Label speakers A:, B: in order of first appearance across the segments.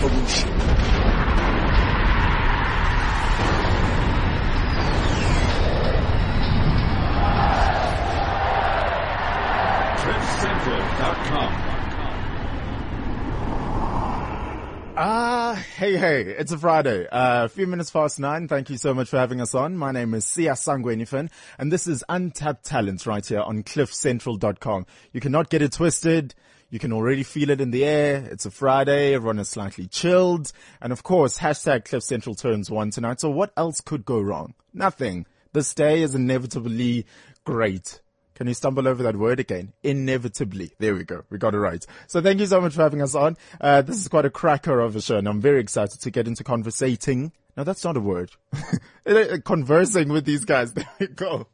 A: solution.
B: Ah, hey, hey, it's a Friday. Uh, a few minutes past nine. Thank you so much for having us on. My name is Sia Sangwenifan, and this is Untapped Talent right here on cliffcentral.com. You cannot get it twisted. You can already feel it in the air. It's a Friday. Everyone is slightly chilled. And of course, hashtag Cliff Central turns one tonight. So what else could go wrong? Nothing. This day is inevitably great. Can you stumble over that word again? Inevitably. There we go. We got it right. So thank you so much for having us on. Uh, this is quite a cracker of a show and I'm very excited to get into conversating. No, that's not a word. uh, Conversing with these guys. There we go.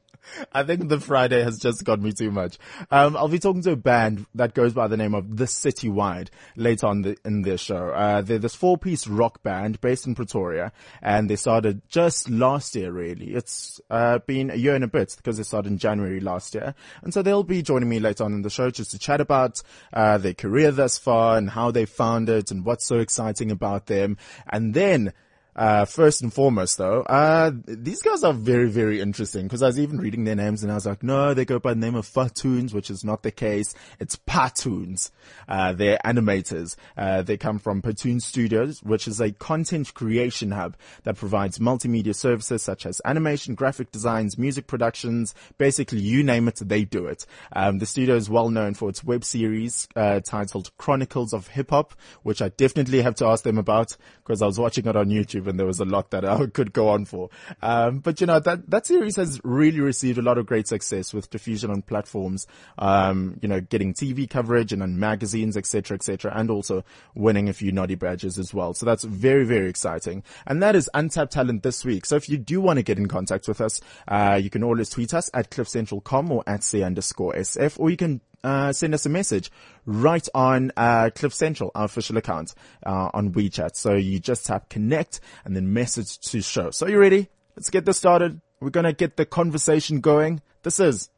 B: I think the Friday has just got me too much. Um, I'll be talking to a band that goes by the name of The Citywide later on the, in this show. Uh, they're this four-piece rock band based in Pretoria, and they started just last year. Really, it's uh, been a year and a bit because they started in January last year, and so they'll be joining me later on in the show just to chat about uh, their career thus far and how they found it and what's so exciting about them, and then. Uh, first and foremost though, uh, these guys are very, very interesting because I was even reading their names and I was like, no, they go by the name of Fatoons, which is not the case. It's Patoons. Uh, they're animators. Uh, they come from Patoon Studios, which is a content creation hub that provides multimedia services such as animation, graphic designs, music productions, basically you name it, they do it. Um, the studio is well known for its web series, uh, titled Chronicles of Hip Hop, which I definitely have to ask them about because I was watching it on YouTube and there was a lot that I could go on for. Um, but you know, that, that series has really received a lot of great success with diffusion on platforms, um, you know, getting TV coverage and on magazines, etc., etc., and also winning a few naughty badges as well. So that's very, very exciting. And that is Untapped Talent this week. So if you do want to get in contact with us, uh, you can always tweet us at cliffcentral.com or at C underscore SF, or you can uh, send us a message right on uh, Cliff Central, our official account uh, on WeChat. So you just tap connect and then message to show. So you ready? Let's get this started. We're gonna get the conversation going. This is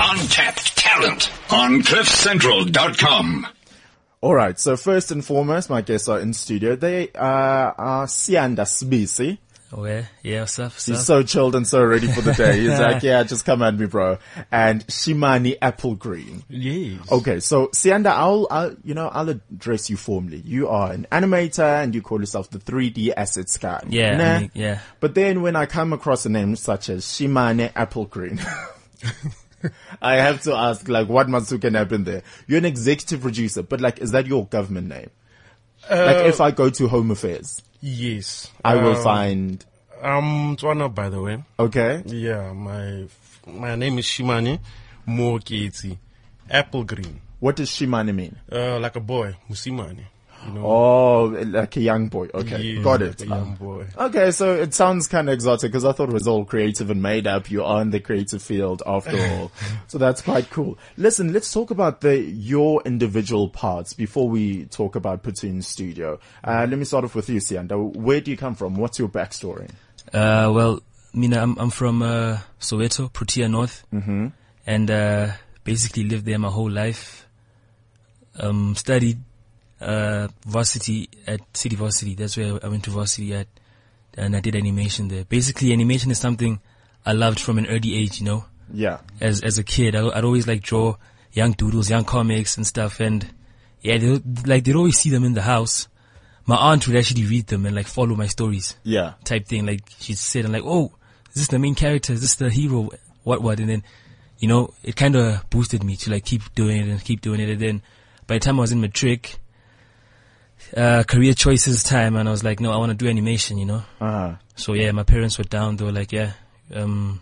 C: Untapped talent on CliffCentral.com.
B: all right. So first and foremost, my guests are in studio. They uh, are Sianda Sbisi.
D: Where? Yeah, what's up? What's
B: He's
D: up?
B: so chilled and so ready for the day. He's like, yeah, just come at me, bro. And Shimani Apple Green.
D: Yes.
B: Okay, so Sianda, I'll, I'll, you know, I'll address you formally. You are an animator and you call yourself the 3D asset scan.
D: Yeah,
B: Nah.
D: I mean, yeah.
B: But then when I come across a name such as Shimane Apple Green, I have to ask, like, what must can happen there? You're an executive producer, but like, is that your government name? like, if I go to Home Affairs,
E: Yes.
B: I will
E: Um,
B: find,
E: I'm Tswana, by the way.
B: okay,
E: Yeah, my f- my name is Shimane Moketi. Apple green.
B: what does Shimane mean?
E: Uh, like a boy, Musimane. You know?
B: Oh, like a young boy. Okay,
E: Yeah,
B: got
E: like
B: it.
E: a young boy.
B: Okay, so it sounds kind of exotic because I thought it was all creative and made up. You are in the creative field after all. so that's quite cool. Listen, let's talk about the, your individual parts before we talk about Platoon Studio. Uh,
D: Mm-hmm.
B: let me start off with you, Sianda. Where do you come from? What's your backstory?
D: Uh, well, Mina, I'm, I'm from, uh, Soweto, Protea North. Mm-hmm. And, uh, basically lived there my whole life. Um, studied, uh, varsity at City Varsity. That's where I went to varsity at. And I did animation there. Basically, animation is something I loved from an early age, you know?
B: Yeah.
D: as as a kid. I, I'd always like draw young doodles, young comics and stuff, and yeah, they, like they'd always see them in the house. My aunt would actually read them and like follow my stories
B: Yeah.
D: type thing. Like she'd sit and like, oh, is this the main character? Is this the hero? What what? And then, you know, it kind of boosted me to like keep doing it and keep doing it. And then, by the time I was in matric, uh, career choices time, and I was like, no, I want to do animation. You know.
B: Uh-huh.
D: So yeah, my parents were down. They were like, yeah, um,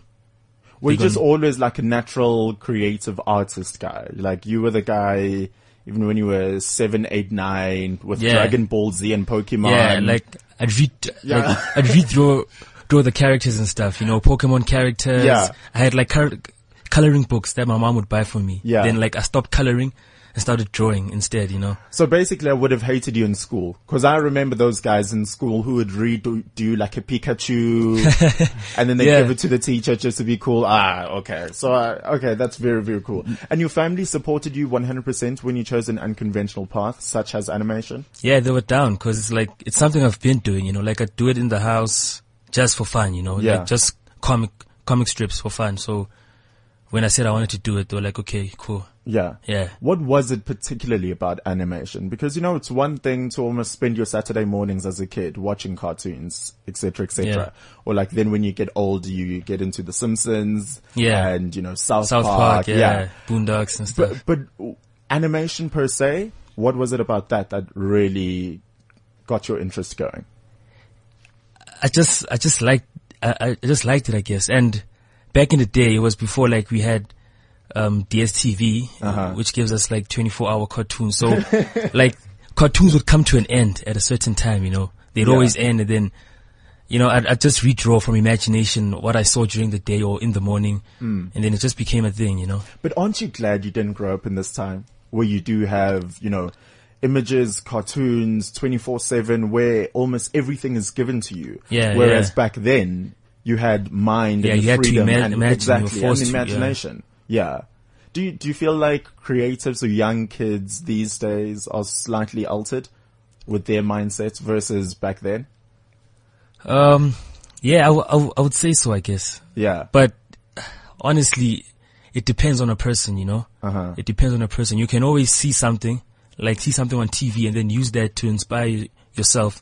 B: Were you
D: Big on-
B: just always like a natural creative artist guy? Like you were the guy, even when you were seven, eight, nine, with
D: Yeah.
B: Dragon Ball Z and Pokemon.
D: Yeah, like I'd read,
B: Yeah.
D: like, I'd read draw, draw the characters and stuff. You know, Pokemon characters.
B: Yeah.
D: I had like col- coloring books that my mom would buy for me.
B: Yeah.
D: Then like I stopped coloring, and started drawing instead, you know.
B: So basically, I would have hated you in school because I remember those guys in school who would redo do like a Pikachu, and then they
D: Yeah.
B: give it to the teacher just to be cool. Ah, okay. So uh, okay, that's very very cool. And your family supported you 100% when you chose an unconventional path such as animation.
D: Yeah, they were down because it's like it's something I've been doing, you know. Like I do it in the house just for fun, you know.
B: Yeah.
D: Like just comic comic strips for fun. So when I said I wanted to do it, they were like, "Okay, cool."
B: Yeah.
D: Yeah.
B: What was it particularly about animation? Because you know, it's one thing to almost spend your Saturday mornings as a kid watching cartoons, etc., etc. Or like then when you get old, you get into The Simpsons,
D: Yeah.
B: and you know South,
D: South Park, yeah,
B: yeah.
D: Boondocks and stuff.
B: But but animation per se, what was it about that that really got your interest going?
D: I just I just liked I, I just liked it, I guess. And back in the day, it was before like we had um DSTV, which gives us like 24 hour cartoons. So like cartoons would come to an end at a certain time, you know. They'd always end, and then you know I'd, I'd just redraw from imagination what I saw during the day or in the morning, and then it just became a thing, you know.
B: But aren't you glad you didn't grow up in this time where you do have, you know, images, cartoons, 24 7, where almost everything is given to you?
D: Yeah,
B: Whereas
D: yeah.
B: back then, you had mind
D: Yeah,
B: and the
D: you had to
B: freedom
D: ima-
B: and,
D: imagine, you were
B: exactly,
D: forced
B: and
D: to, yeah.
B: imagination. yeah. Do you, do you feel like creatives or young kids these days are slightly altered with their mindsets versus back then?
D: Um, yeah, I, w- I, w- I would say so, I guess.
B: Yeah.
D: But honestly, it depends on a person, you know? It depends on a person. You can always see something, like see something on TV and then use that to inspire yourself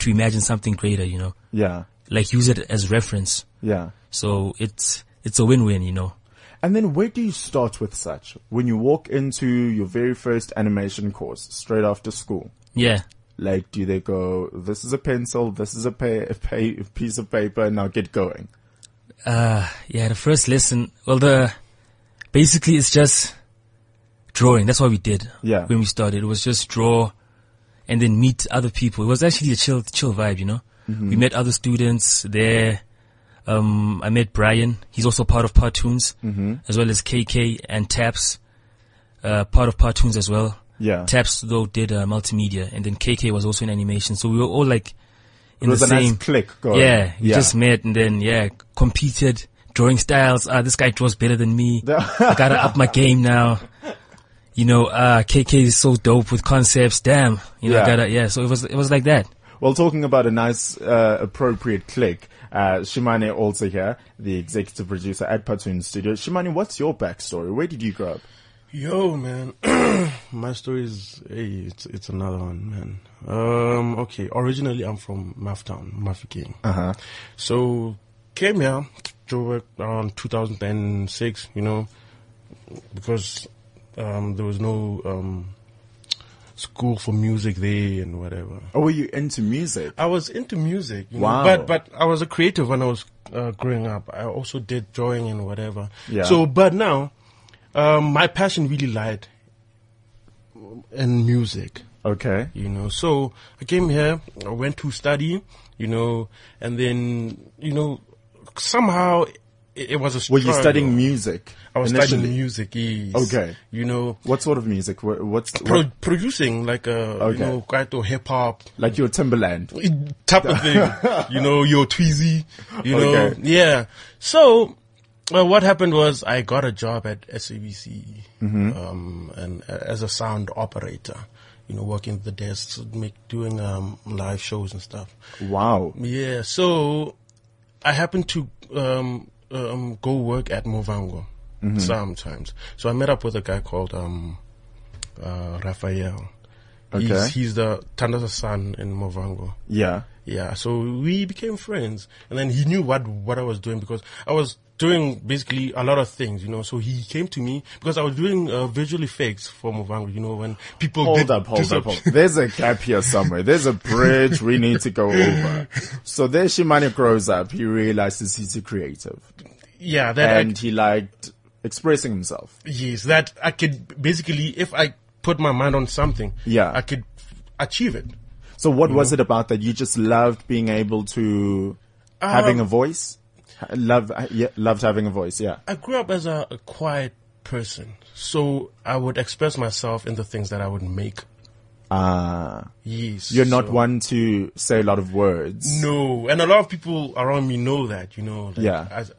D: to imagine something greater, you know?
B: yeah.
D: Like use it as reference.
B: Yeah.
D: So it's, it's a win-win, you know?
B: And then where do you start with such? When you walk into your very first animation course straight after school,
D: Yeah.
B: like do they go, this is a pencil, this is a, pa- a pa- piece of paper, now get going.
D: Uh, yeah, the first lesson, well, the, basically it's just drawing. That's what we did.
B: Yeah.
D: When we started, it was just draw and then meet other people. It was actually a chill, chill vibe, you know? We met other students there. Um, I met Brian. He's also part of Partoons, mm-hmm. as well as KK and Taps, uh, part of Partoons as well.
B: Yeah.
D: Taps though did uh, multimedia and then KK was also in animation. So we were all like in
B: It was
D: the
B: a
D: same.
B: nice click going.
D: Yeah, we just met and then yeah, competed drawing styles. Ah, this guy draws better than me. I gotta up my game now. You know, uh, KK is so dope with concepts. Damn, you know,
B: Yeah.
D: I gotta yeah. So it was it was like that.
B: Well, talking about a nice, uh, appropriate click, uh, Shimane also here, the executive producer at Patoon Studio. Shimane, what's your backstory? Where did you grow up?
E: Yo, man. My story is, hey, it's, it's another one, man. Um, okay. Originally, I'm from Maftown, Mafeking.
B: Uh-huh.
E: Uh huh. So, came here, Joburg, around 2006, you know, because, um, there was no, um, school for music there and whatever.
B: Or were you into music?
E: I was into music. You
B: Wow.
E: Know, but but I was a creative when I was uh, growing up. I also did drawing and whatever.
B: Yeah.
E: So, but now, um, my passion really lied in music.
B: Okay.
E: You know, so I came here. I went to study. You know, and then you know, somehow it, it was a.
B: Were
E: Struggle.
B: you studying music?
E: I was
B: initially?
E: studying music. Yes.
B: Okay.
E: You know.
B: What sort of music? What, what's, what-
E: Pro- producing like a
B: Okay.
E: you know quite a hip hop
B: like your Timberland?
E: type of thing. you know, your Tweezy, you know.
B: Okay.
E: Yeah. So, well, what happened was I got a job at SABC,
B: Mm-hmm.
E: um, and a- as a sound operator, you know, working the desks, make, doing, um, live shows and stuff.
B: Wow.
E: Yeah. So I happened to, um, um, go work at Movango
B: Mm-hmm.
E: sometimes. So I met up with a guy called, um, uh, Raphael.
B: Okay.
E: He's, he's the Tanda's son in Movango.
B: Yeah.
E: Yeah, so we became friends, and then he knew what what I was doing because I was doing basically a lot of things, you know. So he came to me because I was doing uh, visual effects for Movango, you know, when people
B: Hold
E: did
B: up, hold up,
E: disap-
B: hold up. There's a gap here somewhere. There's a bridge we need to go over. So there Shimane grows up. He realizes he's a creative
E: Yeah, that
B: and he liked expressing himself.
E: I, yes, that I could basically if I put my mind on something,
B: Yeah.
E: I could achieve it.
B: So what
E: Mm-hmm.
B: was it about that you just loved being able to
E: Uh,
B: having a voice? Ha- Love, yeah, loved having a voice. Yeah.
E: I grew up as a, a quiet person. So I would express myself in the things that I would make.
B: Ah,
E: Yes.
B: you're not
E: Uh, so-
B: one to say a lot of words.
E: No, and a lot of people around me know that, you know. Like
B: Yeah.
E: As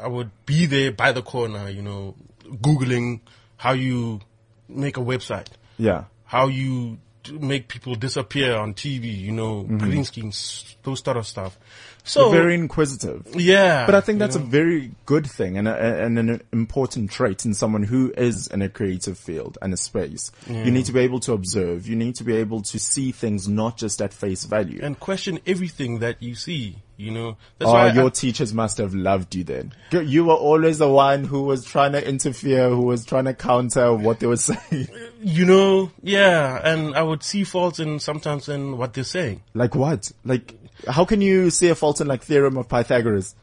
E: I would be there by the corner, you know, Googling how you make a website,
B: Yeah.
E: how you d- make people disappear on TV, you know, green schemes, those sort of stuff. So,
B: Mm-hmm. Very inquisitive.
E: yeah.
B: But I think
E: you
B: that's
E: know.
B: a very good thing and, a, and an important trait in someone who is in a creative field and a space. You need to be able to observe. You need to be able to see things not just at face value.
E: and question everything that you see, you know. That's
B: Oh,
E: why I-
B: your teachers must have loved you then. You- You were always the one who was trying to interfere, who was trying to counter what they were saying.
E: you know, yeah, and I would see faults in sometimes in what they're saying.
B: like what? Like, how can you see a fault in like theorem of Pythagoras?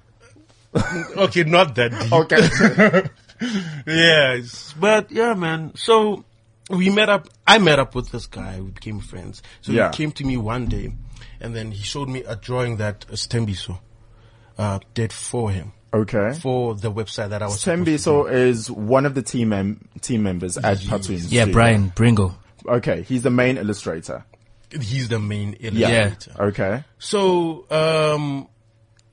E: Okay, not that deep.
B: Okay.
E: Yes, but yeah, man. So we met up. I met up with this guy. We became friends. So
B: Yeah.
E: he came to me one day, and then he showed me a drawing that Stembiso uh, did for him
B: okay.
E: for the website that I was. supposed to
B: Tembiso is one of the team mem- team members at Patoon.
D: Yeah, Brian Bringo.
B: Okay, he's the main illustrator.
E: do. He's the main
D: Yeah.
E: illustrator.
B: Okay.
E: So um,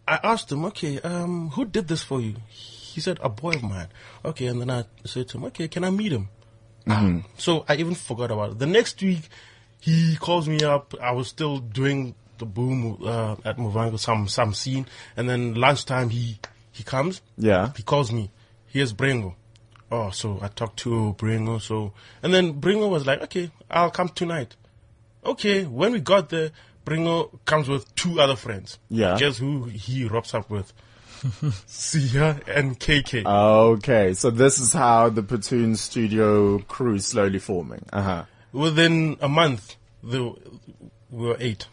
E: I asked him, okay, um, who did this for you? He said, a boy of mine. Okay, and then I said to him, okay, can I meet him? Ah, So I even forgot about it. The next week, he calls me up. I was still doing the boom uh, at Movango, some some scene, and then lunchtime he he comes.
B: Yeah.
E: He calls me. Here's Brengo. Oh, so I talked to Brengo. So and then Brengo was like, okay, I'll come tonight. Okay, when we got there, Bringo comes with two other friends.
B: Yeah.
E: Guess who he wraps up with? Sia and KK.
B: Uh. Okay, so this is how the Platoon Studio crew is slowly forming. Uh huh.
E: Within a month, they were, we were eight.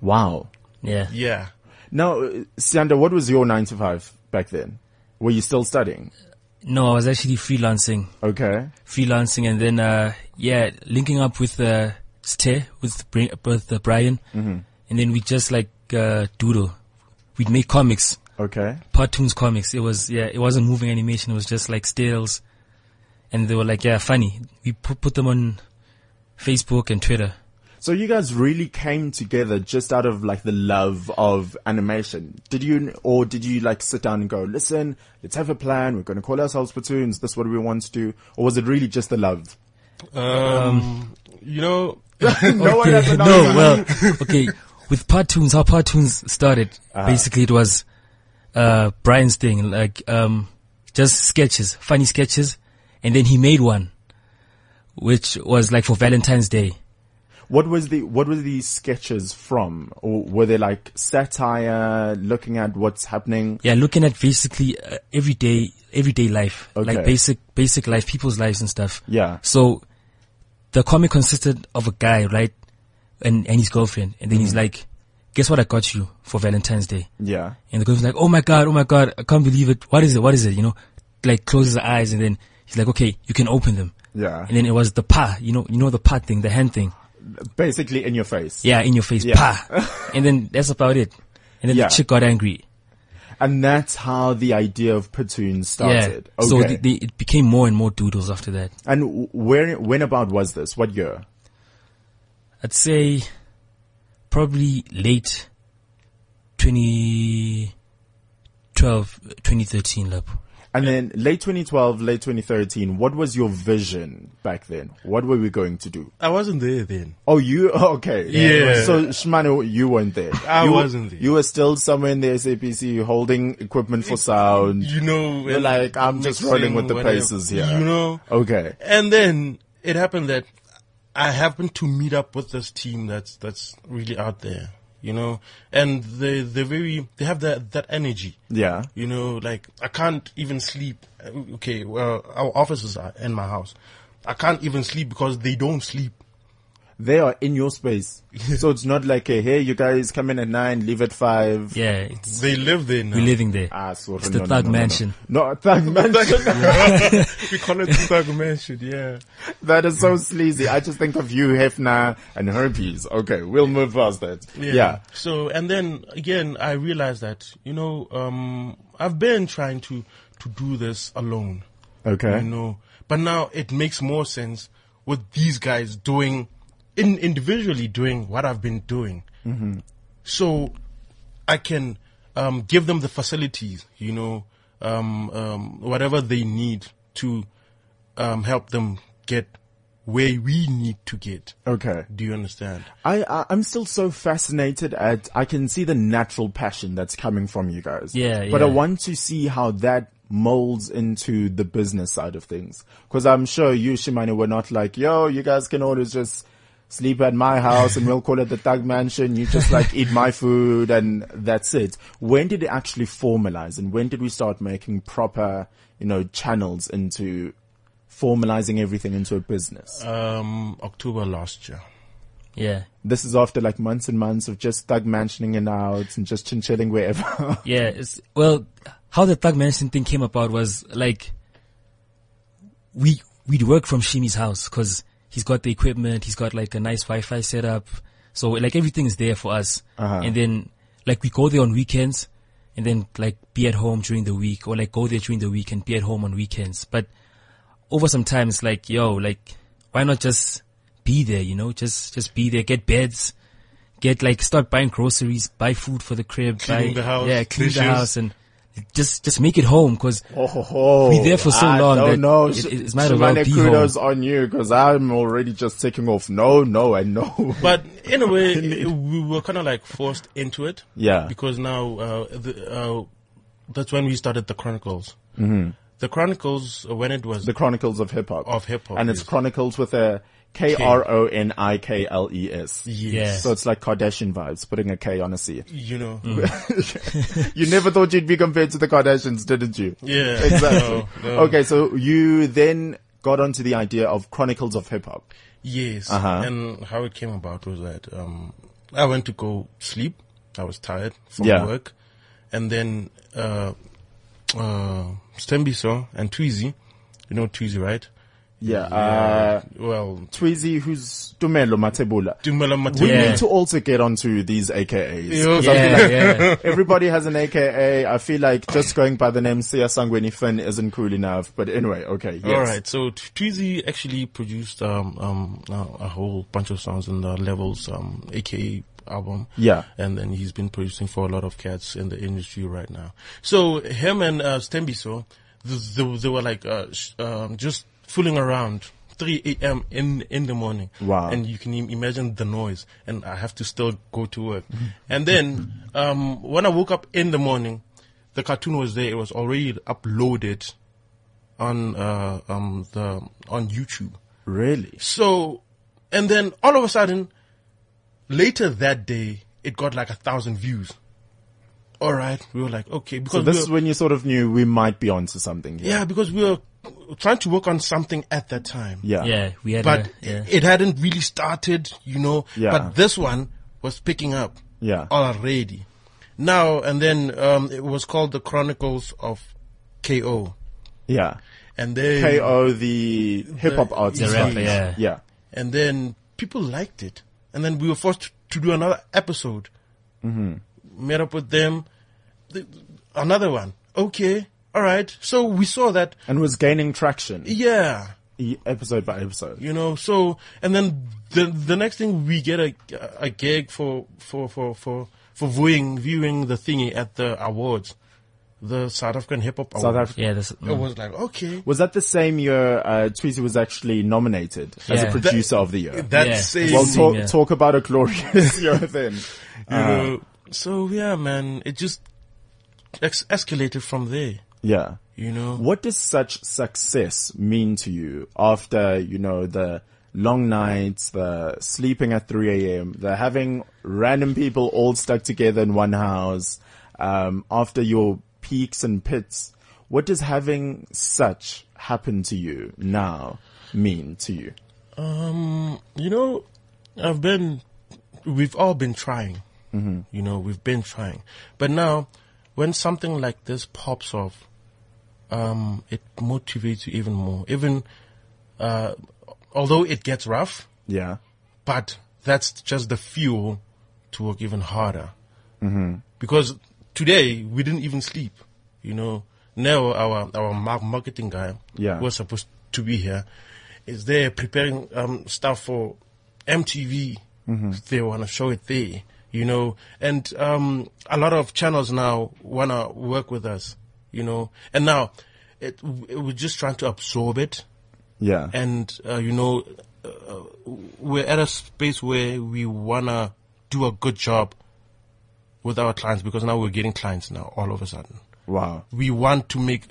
B: Wow.
D: Yeah.
E: Yeah.
B: Now, uh, Sianda, what was your nine to five back then? Were you still studying?
D: No, I was actually freelancing,
B: Okay.
D: freelancing, and then uh, yeah, linking up with uh, Ste with Bri- with uh, Brian, and then we just like uh, doodle. We'd make comics,
B: Okay.
D: cartoons, comics. It was yeah, it wasn't moving animation. It was just like stills, and they were like yeah, funny. We put put them on Facebook and Twitter.
B: So you guys really came together just out of like the love of animation. Did you, or did you like sit down and go, listen, let's have a plan. We're going to call ourselves Platoons. This is what we want to do. Or was it really just the love?
E: Um, you know,
B: no one has an
D: no, well, okay. With Partoons, how Partoons started,
B: Uh-huh.
D: basically it was, uh, Brian's thing, like, um, just sketches, funny sketches. And then he made one, which was like for Valentine's Day.
B: What was the what were these sketches from? Or were they like satire, looking at what's happening?
D: Yeah, looking at basically uh, everyday, everyday life,
B: Okay.
D: like basic, basic life, people's lives and stuff.
B: Yeah.
D: So the comic consisted of a guy, right? And, and his girlfriend. And then he's
B: Mm-hmm.
D: like, guess what I got you for Valentine's Day?
B: Yeah.
D: And the girl's like, oh my God, oh my God, I can't believe it. What is it? What is it? You know, like closes her eyes and then he's like, okay, you can open them.
B: Yeah.
D: And then it was the pa, you know, you know, the pa thing, the hand thing.
B: Basically in your face.
D: Yeah. In your face,
B: Yeah.
D: pa. and then that's about it. And then
B: Yeah.
D: the chick got angry.
B: And that's how the idea of platoon started.
D: Yeah.
B: Okay.
D: So the, the, it became more and more doodles after that.
B: and w- where when about was this? What year?
D: I'd say probably late 2012, 2013 lab.
B: And then late 2012, late 2013, what was your vision back then? What were we going to do?
E: I wasn't there then.
B: Oh, you, okay.
E: Yeah.
B: So, Shmano, you weren't there.
E: I
B: You were-
E: wasn't there.
B: You were still somewhere in the SAPC holding equipment for sound.
E: You know,
B: You're
E: and
B: like, I'm just
E: mixing,
B: rolling with the
E: whatever,
B: paces here. Oh.
E: You know?
B: Okay.
E: And then it happened that I happened to meet up with this team that's that's really out there, you know, and they they very they have that that energy.
B: Yeah.
E: You know, like I can't even sleep. Um, Okay, well, our offices are in my house. I can't even sleep because they don't sleep.
B: They are in your space. so it's not like a, hey, you guys come in at nine, leave at five.
D: Yeah. It's,
E: They live there now.
D: we're living there.
B: Ah, sorry.
D: It's the Thug Mansion.
B: No, Thug Mansion.
E: we call it Thug Mansion, yeah.
B: that is so sleazy. I just think of you, Hefna, and herpes. Okay, we'll move past that. Yeah.
E: So, and then again, I realized that, you know, um, I've been trying to, to do this alone.
B: Okay.
E: You know, but now it makes more sense with these guys doing, in individually doing what I've been doing.
B: Mm-hmm.
E: So I can um, give them the facilities, you know, um, um, whatever they need to um, help them get where we need to get.
B: Okay.
E: Do you understand?
B: I, I I'm still so fascinated at I can see the natural passion that's coming from you guys.
D: Yeah,
B: But I
D: yeah.
B: want to see how that molds into the business side of things because I'm sure you Shimane were not like yo you guys can always just sleep at my house and we'll call it the Thug Mansion. You just like eat my food and that's it. When did it actually formalize and when did we start making proper you know channels into formalizing everything into a business?
E: Um, October last year.
D: Yeah.
B: This is after like months and months of just thug mansioning and out and just chinchilling wherever.
D: Yeah, it's, well, how the Thug Mansion thing came about was like, we, we'd work from Shimi's house cause he's got the equipment, he's got like a nice Wi-Fi setup. So like everything is there for us. And then like we go there on weekends and then like be at home during the week or like go there during the week and be at home on weekends. But over some time it's like, yo, like why not just be there, you know, just, just be there, get beds. Get like start buying groceries, buy food for the crib,
E: Cleaning
D: buy
E: the house,
D: yeah, clean the
E: dishes.
D: house, and just just make it home because
B: oh, ho, ho.
D: We're there for so
B: I
D: long that
B: Don't know.
D: it-
B: Sh-
D: it's not about
B: Shimane,
D: be
B: kudos on you because I'm already just taking off. No, no, I know.
E: But in a way, we were kind of like forced into it.
B: Yeah.
E: Because now, uh, the, uh, that's when we started the Chronicles. Mm-hmm. The Chronicles, uh, when it was
B: the Chronicles of Hip Hop.
E: Of Hip Hop,
B: And it's
E: yes.
B: Chronicles with a K R O N I K L E S.
D: yeah,
B: So it's like Kardashian vibes, putting a K on a C.
E: you know,
B: Mm. You never thought you'd be compared to the Kardashians, didn't you?
E: yeah,
B: Exactly.
E: no, no.
B: Okay, so you then got onto the idea of Chronicles of Hip Hop.
E: Yes.
B: Uh-huh.
E: And how it came about was that um, I went to go sleep. I was tired from
B: Yeah.
E: work. And then uh, uh, Stembiso and Tweezy, you know Tweezy, right?
B: Yeah. Uh,
E: well,
B: Tweezy, who's Tumelo Matebula.
E: Dumela
B: We
E: Mathe-
D: Yeah.
B: need to also get onto these AKAs.
E: Yeah.
B: 'Cause I feel
D: yeah,
B: like
D: yeah.
B: everybody has an AKA. I feel like just going by the name Sia Sangweni Finn isn't cool enough. But anyway, okay. Yes.
E: All right. So T- Tweezy actually produced um, um, a, a whole bunch of songs in the Levels, um, aka album.
B: Yeah.
E: And then he's been producing for a lot of cats in the industry right now. So him and uh, Stembiso, th- they, they were like uh, sh- um, just fooling around. 3 a.m. in in the morning.
B: Wow.
E: And you can im- imagine the noise. And I have to still go to work.
B: Mm-hmm.
E: and then um, when I woke up in the morning, the cartoon was there. It was already uploaded on uh, um, the on YouTube.
B: Really?
E: So, and then all of a sudden, later that day, it got like a thousand views. All right, we were like, okay, because
B: So this
E: we
B: is
E: were,
B: when you sort of knew we might be onto something here.
E: yeah, because we were trying to work on something at that time.
B: Yeah.
D: yeah. We had,
E: but
D: a, yeah.
E: it hadn't really started, you know.
B: Yeah.
E: But this one was picking up.
B: Yeah.
E: already. Now and then, um, it was called the Chronicles of KO,
B: Yeah.
E: and then
B: KO, the hip hop artist.
D: the rapper,
B: right?
D: yeah.
B: Yeah.
E: and then people liked it. And then we were forced to do another episode. Mm-hmm. Met up with them, Th- another one. Okay, all right. So we saw that,
B: And was gaining traction
E: yeah,
B: e- episode by episode.
E: you know. So and then the the next thing we get a a gig for for for for for viewing viewing the thingy at the awards, the South African Hip Hop Awards.
B: South Africa.
D: yeah, that's,
E: It was like okay.
B: Was that the same year uh, Tweezy was actually nominated as a
D: Yeah.
B: producer of the year?
E: That
D: Yeah.
E: same
B: well,
D: amazing,
B: talk,
D: yeah.
B: talk about a glorious year then.
E: You know, so yeah, man, it just ex- escalated from there.
B: Yeah.
E: You know,
B: What does such success mean to you after, you know, the long nights, the sleeping at 3 a.m., the having random people all stuck together in one house, um, after your peaks and pits? What does having such happen to you now mean to you?
E: you know, I've been, we've all been trying. You know, we've been trying, but now, when something like this pops off, um, it motivates you even more. Even, uh, although it gets rough,
B: Yeah.
E: but that's just the fuel to work even harder. Mm-hmm. Because today we didn't even sleep, you know. Now our our mar- marketing guy,
B: Yeah.
E: who was supposed to be here, is there preparing um, stuff for MTV. They want to show it there, you know, and um, a lot of channels now want to work with us, you know, and now it, we're just trying to absorb it
B: Yeah.
E: and uh, you know uh, we're at a space where we wanna do a good job with our clients because now we're getting clients now all of a sudden
B: wow.
E: we want to make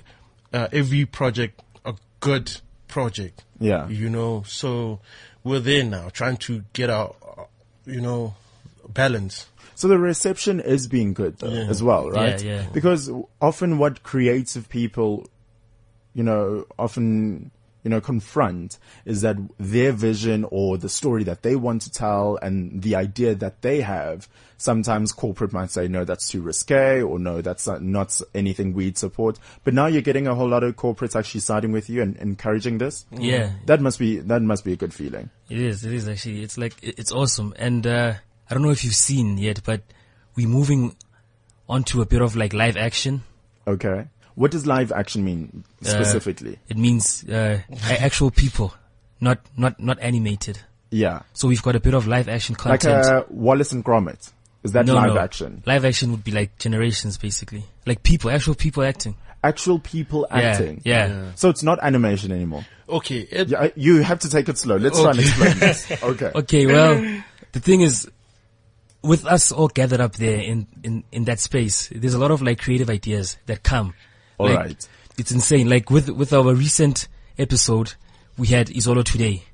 E: uh, every project a good project
B: Yeah.
E: you know so we're there now trying to get our uh, you know balance
B: So the reception is being good though, as well, right?
D: yeah.
B: Because often what creative people, you know, often, you know, confront is that their vision or the story that they want to tell and the idea that they have, sometimes corporate might say, no, that's too risque or no, that's not, not anything we'd support. But now you're getting a whole lot of corporates actually siding with you and encouraging this.
D: Yeah,
B: That must be, that must be a good feeling.
D: It is. It is actually. It's like it- it's awesome. And uh, I don't know if you've seen yet, but we're moving onto a bit of like live action.
B: Okay. What does live action mean
D: Uh,
B: specifically?
D: It means uh, a- actual people, not not not animated.
B: yeah.
D: So we've got a bit of live action
B: Like
D: content.
B: uh, Wallace and Gromit. Is that
D: No,
B: live
D: no.
B: action?
D: Live action would be like generations, basically, like people, actual people acting.
B: Actual people
D: Yeah,
B: acting.
D: Yeah,
B: So it's not animation anymore.
E: okay it,
B: Yeah, I- you have to take it slow. Let's try and explain this. Okay.
D: Okay. Well, the thing is, with us all gathered up there in in in that space, there's a lot of like creative ideas that come.
B: All
D: Like,
B: right.
D: It's insane. Like with with our recent episode, we had Isolo today.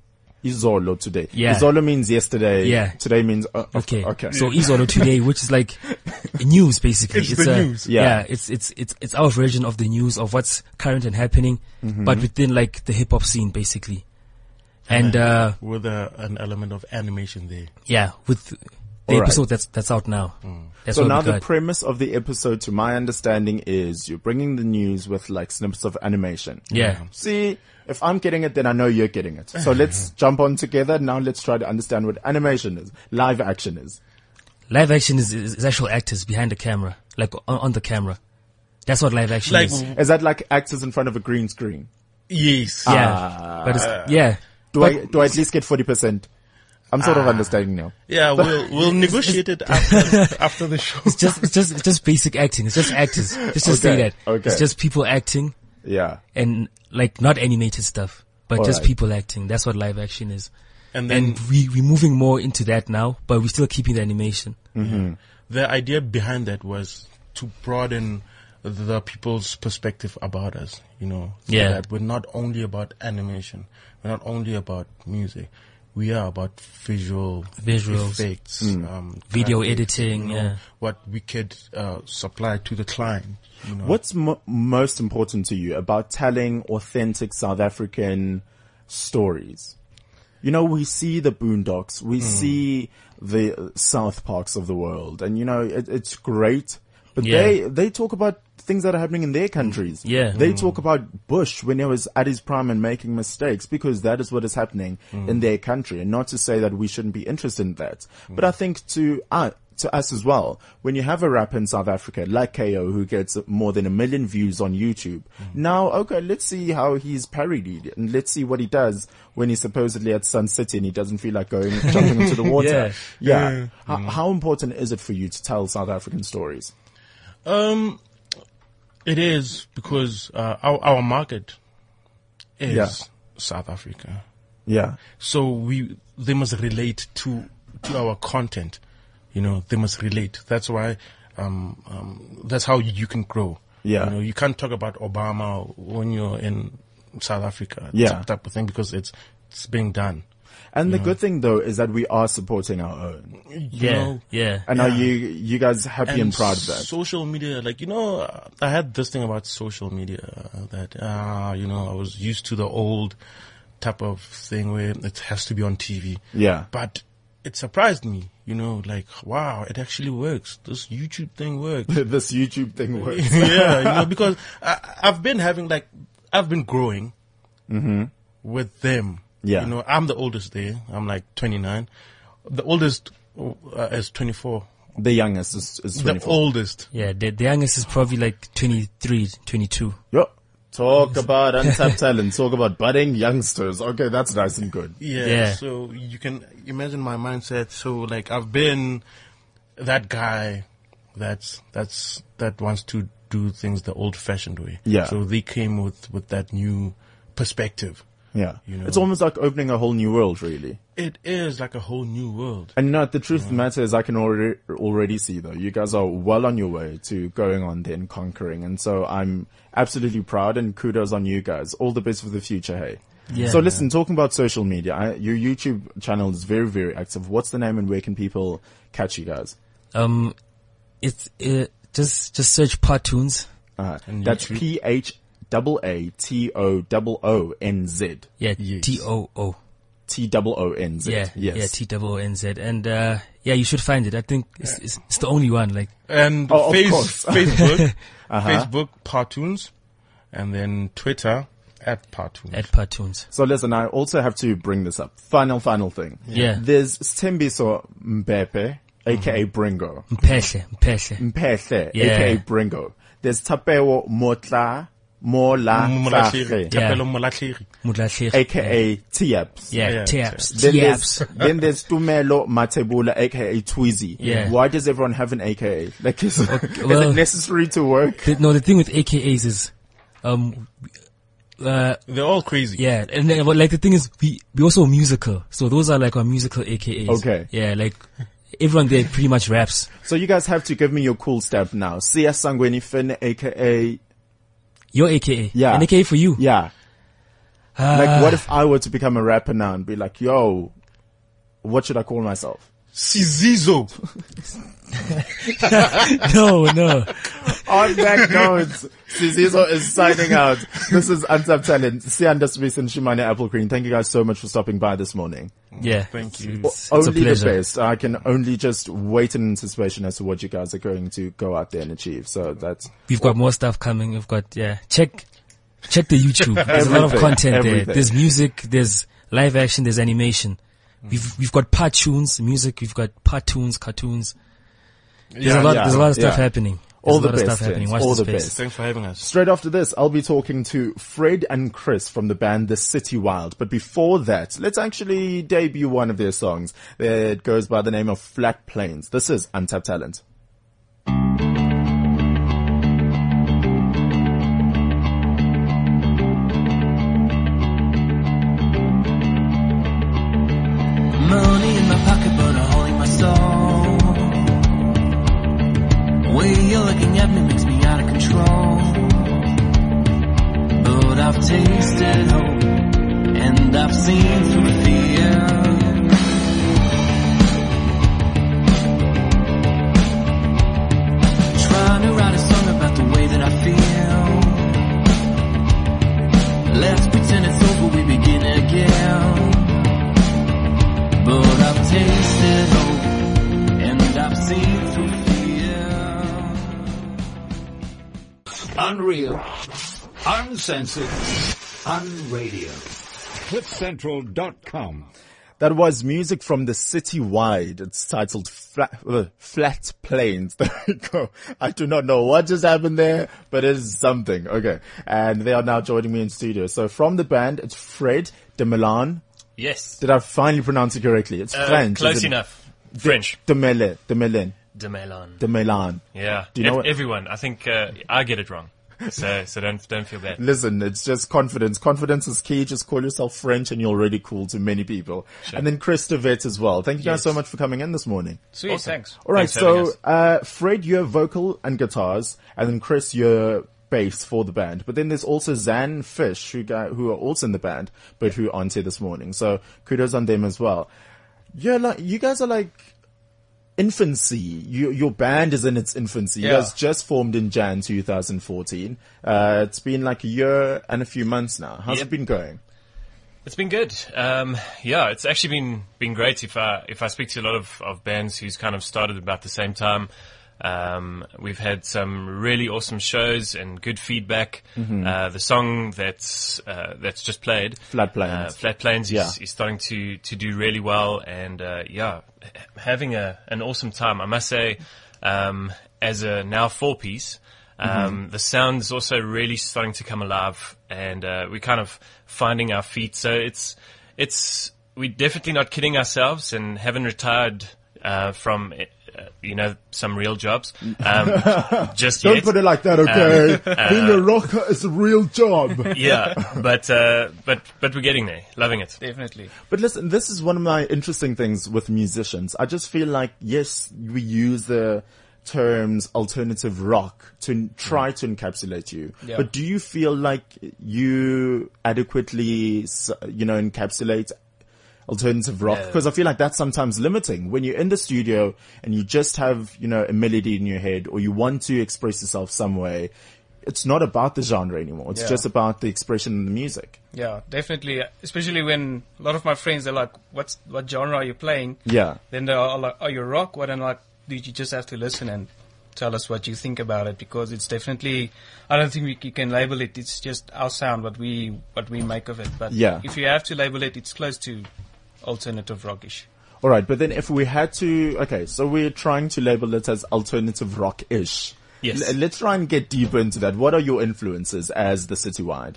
B: Izolo today.
D: Yeah.
B: Izolo means yesterday.
D: Yeah.
B: Today means uh,
D: Okay.
B: Okay.
D: So Isolo today, which is like news basically.
E: It's the
D: a-
E: news.
B: Yeah.
D: Yeah. It's it's it's it's our version of the news of what's current and happening,
B: Mm-hmm.
D: but within like the hip hop scene basically. And uh
E: with a, an element of animation there
D: yeah, with the
B: Alright.
D: episode that's that's out now. That's
B: Mm. So
D: what
B: now
D: we
B: the
D: got.
B: premise of the episode, to my understanding, is you're bringing the news with like snippets of animation.
D: yeah.
B: See, if I'm getting it, then I know you're getting it. So let's jump on together. Now let's try to understand what animation is, live action is.
D: Live action is, is, is actual actors behind the camera, like on, on the camera. That's what live action
E: like
D: is.
B: Is that like actors in front of a green screen?
E: yes
B: Ah.
D: Yeah. but it's,
E: Uh.
D: yeah.
B: Do I do I at least get forty percent? I'm sort of understanding now.
E: yeah we'll we'll negotiate it after after the show
D: It's just, it's just, it's just basic acting. It's just actors. Let's just say
B: Okay,
D: that.
B: okay.
D: It's just people acting
B: Yeah.
D: and like not animated stuff, but just
B: Alright.
D: people acting. That's what live action is.
E: and then
D: And we, we're moving more into that now, but we're still keeping the animation.
E: the idea behind that was to broaden the people's perspective about us, you know. so
D: Yeah.
E: That we're not only about animation. We're not only about music. We are about visual
D: Visuals.
E: effects, um,
D: Video
E: graphics,
D: editing,
E: you know,
D: yeah.
E: What we could uh, supply to the client. You know.
B: What's mo- most important to you about telling authentic South African stories? You know, we see the boondocks, we see the uh, South Parks of the world, and you know, it, it's great. But
D: Yeah.
B: they, they talk about things that are happening in their countries.
D: Yeah.
B: They talk about Bush when he was at his prime and making mistakes because that is what is happening in their country. And not to say that we shouldn't be interested in that. But I think to, uh, to us as well, when you have a rapper in South Africa like KO who gets more than a million views on YouTube, now, okay, let's see how he's parodied it and let's see what he does when he's supposedly at Sun City and he doesn't feel like going, jumping into the water. Yeah. How, how important is it for you to tell South African stories?
E: Um, it is because uh, our, our market is
B: Yeah.
E: South Africa.
B: Yeah.
E: so we they must relate to to our content you know they must relate that's why um, um that's how you can grow
B: Yeah.
E: you know you can't talk about obama when you're in south africa
B: Yeah.
E: type- type of thing because it's it's being done
B: And the good thing though is that we are supporting our own.
E: you
D: Yeah.
E: know
D: yeah.
B: And are you you guys happy and, proud of that?
E: Social media, like you know, uh, I had this thing about social media uh, that uh, you know I was used to the old type of thing where it has to be on TV.
B: Yeah.
E: but it surprised me. You know, like wow, it actually works. This YouTube thing works.
B: this YouTube thing works.
E: yeah, you know, because I, I've been having like I've been growing with them.
B: Mm-hmm. Yeah.
E: you know, I'm the oldest there. I'm like 29. The oldest uh, is 24
B: The youngest is, is
E: The
B: 24.
E: oldest.
D: Yeah, the, the youngest is probably like 23, 22.
B: Yo. Talk about untapped talent. Talk about budding youngsters. Okay, that's nice and good.
E: Yeah,
D: Yeah.
E: So you can imagine my mindset. So like I've been that guy that's that's that wants to do things the old fashioned way.
B: Yeah.
E: So they came with with that new perspective.
B: Yeah.
E: You know.
B: It's almost like opening a whole new world, really.
E: It is like a whole new world.
B: And no, the truth of the matter is I can already, already see though, you guys are well on your way to going on there and conquering. And so I'm absolutely proud and kudos on you guys. All the best for the future, hey.
D: Yeah.
B: so listen, talking about social media, I, your YouTube channel is very, very active. What's the name and where can people catch you guys?
D: Um, it's, uh, just, just search Partoons.
B: Uh, that's
E: YouTube.
B: P H double A T O double O N Z.
D: Yeah,
E: Yes.
D: T-O-O.
B: T double O N Z.
D: Yeah, yeah,
B: Yes.
D: T double N Z, and uh, yeah, you should find it. I think it's, it's, it's the only one. Like,
E: And
B: Oh, of course.
E: face, Facebook,
D: Uh-huh.
E: Facebook Partoons, and then Twitter at Partoons.
D: at Partoons.
B: So listen, I also have to bring this up. Final, final thing.
D: Yeah.
B: There's Stembiso Mbepe, aka Bringo.
D: Mpeshe,
B: Mm.
D: Mpeshe.
B: Mpehle,
D: Mm-hmm. Yeah.
B: aka Bringo. There's Tapeo Motla, Mola,
E: Molatlhiri.
B: Tlhage,
D: Yeah.
E: Tapelo Molatlhiri.
D: Mudlahle.
B: aka Tiaps.
D: Yeah,
E: Yeah,
D: Taps.
B: Then there's,
D: Taps.
B: then there's Tumelo Matebula, aka Tweezy.
D: Yeah.
B: Why does everyone have an AKA? Like, is, is
D: well-
B: it necessary to work?
D: The- No, the thing with AKAs is, um, uh,
E: They're all crazy.
D: yeah, and then, but, like the thing is, we we also musical, so those are like our musical AKAs.
B: Okay.
D: Yeah, like everyone there pretty much raps.
B: So you guys have to give me your cool stuff now. Sia Sangweni Fin, aka,
D: Your AKA.
B: Yeah.
D: An AKA for you.
B: yeah.
D: Ah.
B: Like, what if I were to become a rapper now and be like, yo, what should I call myself?
E: Sizizo.
D: No, no.
B: On that note, Sizizo is signing out. This is Untapped Talent. Sianda Smith and Shimane Apple Green. Thank you guys so much for stopping by this morning.
D: Yeah.
E: Thank you.
D: It's, it's a
B: only the
D: pleasure.
B: best. I can only just wait in anticipation as to what you guys are going to go out there and achieve. So that's
D: We've got more stuff coming. We've got yeah. Check check the YouTube. There's a lot of
B: Everything,
D: content
B: everything.
D: there. There's music. There's live action. There's animation.
B: Hmm.
D: We've we've got cartoons, music. We've got cartoons, cartoons. There's a lot.
B: yeah,
D: there's a lot of stuff
B: yeah.
D: happening. There's
B: all
D: a
B: the
D: lot
B: best.
D: of stuff happening.
B: friends.
D: Watch
B: all
D: this
B: the
D: space.
B: best.
E: Thanks for having us.
B: Straight after this, I'll be talking to Fred and Chris from the band The City Wild. But before that, let's actually debut one of their songs that goes by the name of Flat Plains. This is Untapped Talent.
A: Money in my pocket, but I'm holding my soul. The way you're looking at me makes me out of control. But I've tasted hope, and I've seen through fear. Trying to write a song about the way that I feel. Let's pretend it's over, we begin again. But I've tasted hope and I've seen through fear.
C: Unreal. Uncensored. Unradio. CliffCentral.com.
B: That was music from the city wide. It's titled Flat, uh, Flat Plains. There we go. I do not know what just happened there, but it is something. Okay. And they are now joining me in studio. So from the band, it's Fred de Milan.
F: Yes.
B: Did I finally pronounce it correctly? It's
F: Uh,
B: French.
F: close
B: is it?
F: enough. French.
B: De Milan. De Milan.
F: De Melon.
B: De Milan.
F: yeah.
B: Do you know
F: Ev-
B: what-
F: everyone. I think uh, I get it wrong. So so don't don't feel bad.
B: Listen, it's just confidence. Confidence is key. Just call yourself French and you're already cool to many people. And then Chris DeVette as well. Thank you guys so much for coming in this morning.
F: Sweet. Thanks.
B: All right,
F: for having
B: so
F: us.
B: uh, Fred, you're vocal and guitars, and then Chris, you're bass for the band. But then there's also Zan Fish, who gu who are also in the band, but who aren't here this morning. So kudos on them as well. You're like, you guys are like infancy. You, your band is in its infancy. You
F: Yeah.
B: guys just formed in Jan 2014. Uh, it's been like a year and a few months now. How's it
F: Yep.
B: been going?
F: It's been good. Um, yeah, it's actually been been great. If I if I speak to a lot of, of bands who's kind of started about the same time, Um, we've had some really awesome shows and good feedback.
B: Mm-hmm.
F: Uh, the song that's uh, that's just played,
B: Flat Plains.
F: uh, Flat Plains,
B: Yeah.
F: is, is starting to to do really well, and uh, yeah, h- having a an awesome time. I must say, um, as a now four piece. Um,
B: Mm-hmm.
F: The sound is also really starting to come alive, and uh, we're kind of finding our feet. So it's it's we're definitely not kidding ourselves, and haven't retired uh, from uh, you know some real jobs um, just
B: Don't
F: yet.
B: put it like that, okay?
F: Uh,
B: Being a rocker is a real job.
F: yeah, but uh, but but we're getting there. Loving it.
G: Definitely.
B: But listen, this is one of my interesting things with musicians. I just feel like, yes, we use the terms alternative rock to n- try to encapsulate you.
G: Mm. Yeah.
B: But do you feel like you adequately, s- you know, encapsulate alternative rock? Because I feel like that's sometimes limiting when you're in the studio and you just have, you know, a melody in your head or you want to express yourself some way. It's not about the genre anymore. It's
G: Yeah.
B: just about the expression in the music.
G: Yeah, definitely. Especially when a lot of my friends they're like, "What's what genre are you playing?"
B: Yeah.
G: Then they're all like, "Are you rock?" What and like, dude, you just have to listen and tell us what you think about it because it's definitely. I don't think we c- can label it. It's just our sound, what we what we make of it. But
B: Yeah.
G: if you have to label it, it's close to alternative rockish.
B: All right, but then if we had to, okay, so we're trying to label it as alternative rock-ish.
F: Yes.
B: L- let's try and get deeper into that. What are your influences as the citywide?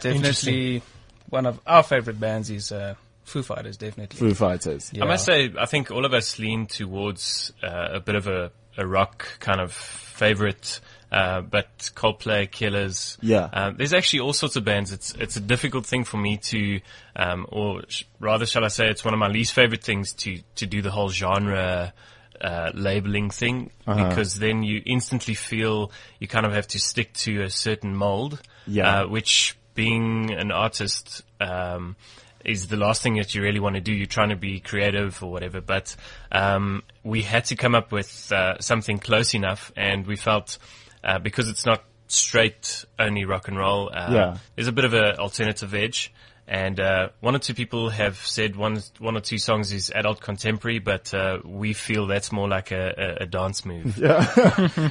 G: Definitely, one of our favorite bands is uh, Foo Fighters. Definitely.
B: Foo Fighters.
G: Yeah.
F: I must say, I think all of us lean towards uh, a bit of a, a rock kind of favorite, uh, but Coldplay, Killers.
B: Yeah.
F: Um, there's actually all sorts of bands. It's it's a difficult thing for me to, um, or sh- rather, shall I say, it's one of my least favorite things to to do the whole genre. Uh, labeling thing
B: Uh-huh.
F: because then you instantly feel you kind of have to stick to a certain mold,
B: Yeah.
F: uh, which being an artist um, is the last thing that you really want to do. You're trying to be creative or whatever, but um, we had to come up with uh, something close enough, and we felt uh, because it's not straight only rock and roll, uh,
B: Yeah.
F: there's a bit of an alternative edge. And uh, one or two people have said one one or two songs is adult contemporary, but uh, we feel that's more like a, a, a dance move.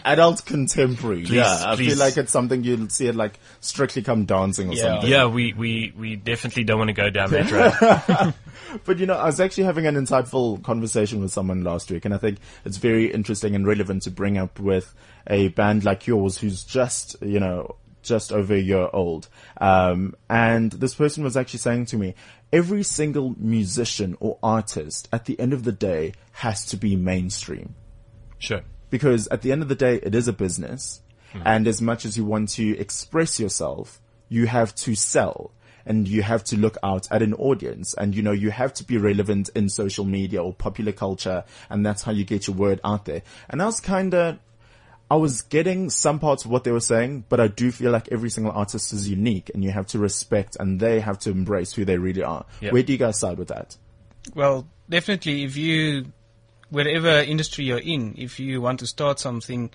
B: Adult contemporary. yeah, I
F: please.
B: feel like it's something you'll see it like strictly come dancing or
G: Yeah.
B: something.
F: yeah, we, we, we definitely don't want to go down that road.
B: But you know, I was actually having an insightful conversation with someone last week, and I think it's very interesting and relevant to bring up with a band like yours who's just, you know, just over a year old. Um, and this person was actually saying to me, every single musician or artist at the end of the day has to be mainstream
F: Sure.
B: because at the end of the day, it is a business. And as much as you want to express yourself, you have to sell and you have to look out at an audience and you know, you have to be relevant in social media or popular culture. And that's how you get your word out there. And I was kind of, I was getting some parts of what they were saying, but I do feel like every single artist is unique and you have to respect and they have to embrace who they really are.
F: Yeah.
B: Where do you guys side with that?
G: Well, definitely, if you, whatever industry you're in, if you want to start something,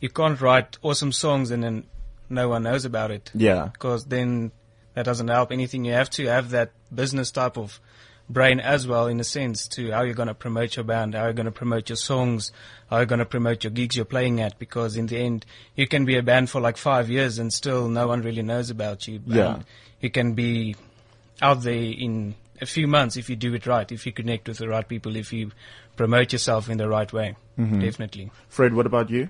G: you can't write awesome songs and then no one knows about it.
B: Yeah.
G: Because then that doesn't help anything. You have to have that business type of brain as well, in a sense, to how you're going to promote your band, how you're going to promote your songs, how you're going to promote your gigs you're playing at, because in the end, you can be a band for like five years and still no one really knows about you.
B: Yeah.
G: And you can be out there in a few months if you do it right, if you connect with the right people, if you promote yourself in the right way. Definitely.
B: Fred, what about you?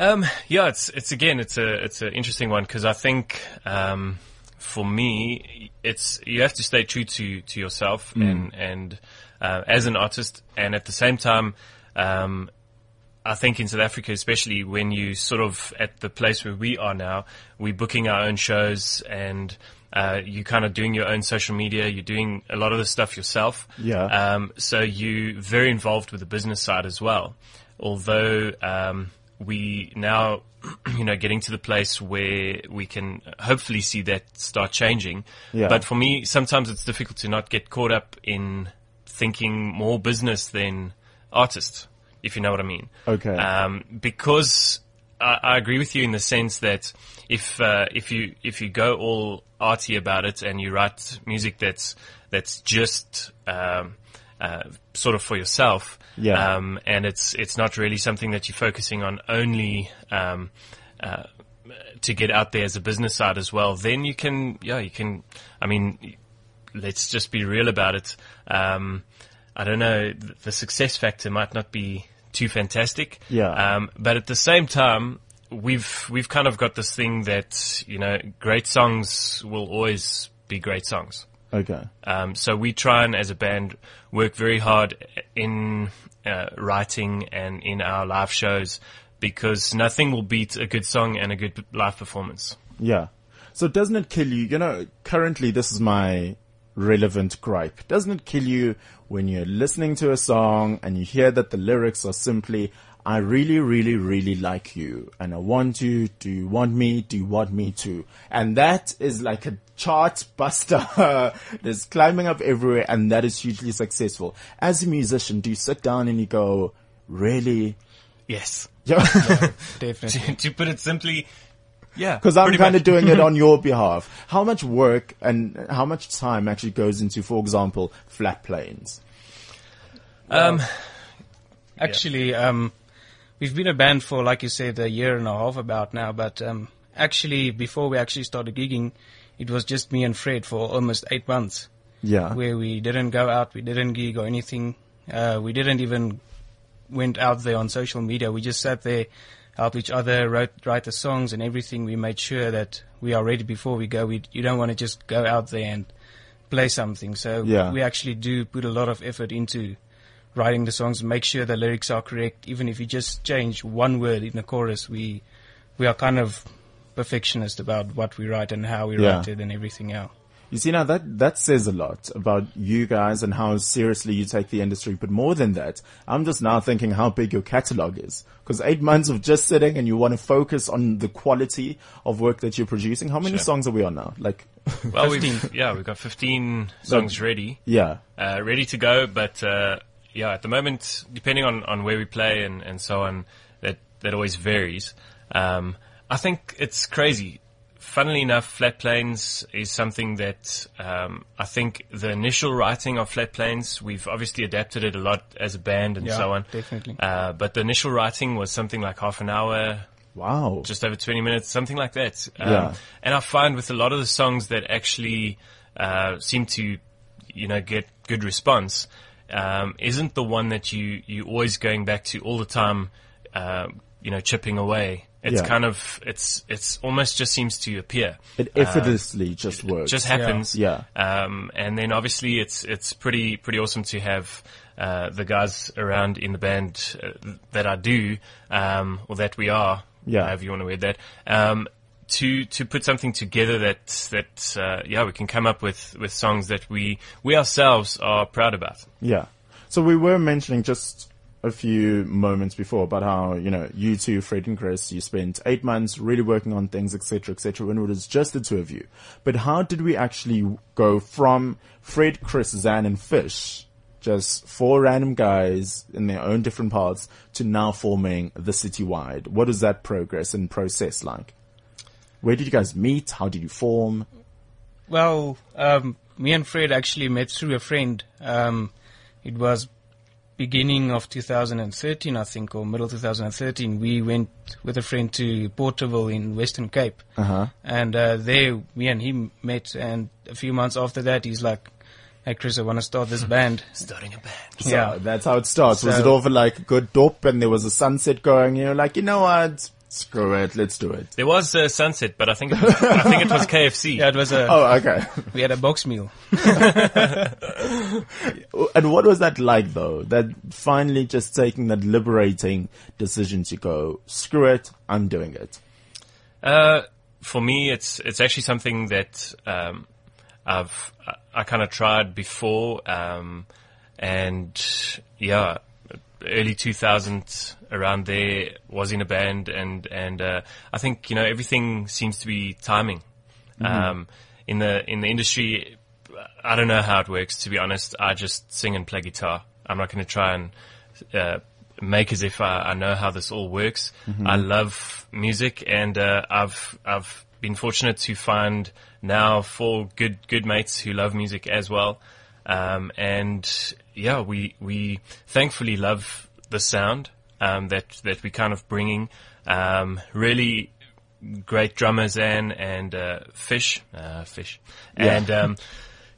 F: Um, yeah, it's it's again, it's a it's an interesting one because I think um, for me, it's you have to stay true to to yourself and and uh, as an artist, and at the same time, um, I think in South Africa, especially when you sort of at the place where we are now, we're booking our own shows and uh, you kind of doing your own social media. You're doing a lot of the stuff yourself.
B: Yeah.
F: Um, so you very involved with the business side as well. Although um, we now, you know, getting to the place where we can hopefully see that start changing.
B: Yeah.
F: But for me, sometimes it's difficult to not get caught up in thinking more business than artist, if you know what I mean.
B: Okay.
F: Um, because I, I agree with you in the sense that if uh, if you if you go all arty about it and you write music that's that's just um, uh, sort of for yourself.
B: Yeah.
F: Um, and it's it's not really something that you're focusing on only um, uh, to get out there as a business side as well. Then you can yeah you can I mean let's just be real about it. Um, I don't know th- the success factor might not be too fantastic.
B: Yeah.
F: Um, but at the same time. We've we've kind of got this thing that you know great songs will always be great songs.
B: Okay.
F: Um, so we try and, as a band, work very hard in uh, writing and in our live shows because nothing will beat a good song and a good live performance.
B: Yeah. So doesn't it kill you? You know, currently this is my relevant gripe. Doesn't it kill you when you're listening to a song and you hear that the lyrics are simply, I really, really, really like you and I want you. Do you want me? Do you want me to? And that is like a chart buster. There's climbing up everywhere and that is hugely successful. As a musician, do you sit down and you go, really?
F: Yes.
B: Yeah.
G: Definitely.
F: to put it simply, yeah.
B: Because I'm
F: pretty
B: kind of
F: much.
B: doing it on your behalf. How much work and how much time actually goes into, for example, flat planes?
G: Actually, um, we've been a band for, like you said, a year and a half about now. But um, actually, before we actually started gigging, it was just me and Fred for almost eight months,
B: Yeah.
G: where we didn't go out, we didn't gig or anything. Uh, we didn't even went out there on social media. We just sat there, helped each other, wrote write the songs and everything. We made sure that we are ready before we go. We you don't want to just go out there and play something. So
B: Yeah.
G: we actually do put a lot of effort into writing the songs, make sure the lyrics are correct. Even if you just change one word in the chorus, we we are kind of perfectionist about what we write and how we
B: Yeah.
G: write it and everything else.
B: You see, now that, that says a lot about you guys and how seriously you take the industry. But more than that, I'm just now thinking how big your catalog is. Because eight months of just sitting and you want to focus on the quality of work that you're producing. How many songs are we on now? Like,
F: Well, we've, yeah, we've got 15 songs ready,
B: yeah.
F: uh, ready to go. But uh, yeah, at the moment, depending on, on where we play and, and so on, that, that always varies. Um, I think it's crazy. Funnily enough, Flat Plains is something that um, I think the initial writing of Flat Plains, we've obviously adapted it a lot as a band and
G: Yeah,
F: so on.
G: definitely.
F: Uh, but the initial writing was something like half an hour,
B: Wow.
F: just over 20 minutes, something like that. Um,
B: Yeah.
F: And I find with a lot of the songs that actually uh, seem to, you know, get good response, um, isn't the one that you you always going back to all the time, uh, you know, chipping away. It's
B: Yeah.
F: kind of it's it's almost just seems to appear.
B: it effortlessly just works.
F: uh, Just happens.
B: Yeah.
F: Um, and then obviously it's it's pretty pretty awesome to have uh, the guys around in the band uh, that I do um, or that we are.
B: Yeah.
F: However you want to word that. Um, to, to put something together that that uh, yeah we can come up with, with songs that we we ourselves are proud about.
B: Yeah. So we were mentioning just a few moments before about how, you know, you two, Fred and Chris, you spent eight months really working on things, etc., etc., when it was just the two of you. But how did we actually go from Fred, Chris, Zan, and Fish, just four random guys in their own different paths, to now forming the citywide? What is that progress and process like? Where did you guys meet? How did you form?
G: Well, um, me and Fred actually met through a friend. Um, it was beginning of 2013, I think, or middle 2013. We went with a friend to Porterville in Western Cape, and uh, there me and him met. And a few months after that, he's like, "Hey, Chris, I want to start this band."
F: Starting a band.
B: So
G: yeah,
B: that's how it starts. was
G: So-
B: it over like good dope and there was a sunset going? You're like, you know what? Screw it, let's do it.
F: There was a sunset, but I think it was, I think it was KFC.
G: yeah, it was a
B: Oh, okay.
G: we had a box meal.
B: and what was that like though? That finally just taking that liberating decision to go, screw it, I'm doing it.
F: Uh, for me, it's it's actually something that um, I've I- I kind of tried before, um, and yeah, early 2000s around there was in a band, and and uh, I think you know everything seems to be timing. Um, in the in the industry, I don't know how it works. To be honest, I just sing and play guitar. I'm not going to try and uh, make as if I, I know how this all works. I love music, and uh, I've I've been fortunate to find now four good good mates who love music as well. Um, and yeah, we we thankfully love the sound um, that that we kind of bringing. Um, really great drummer Zan and uh, Fish, uh, Fish, and um,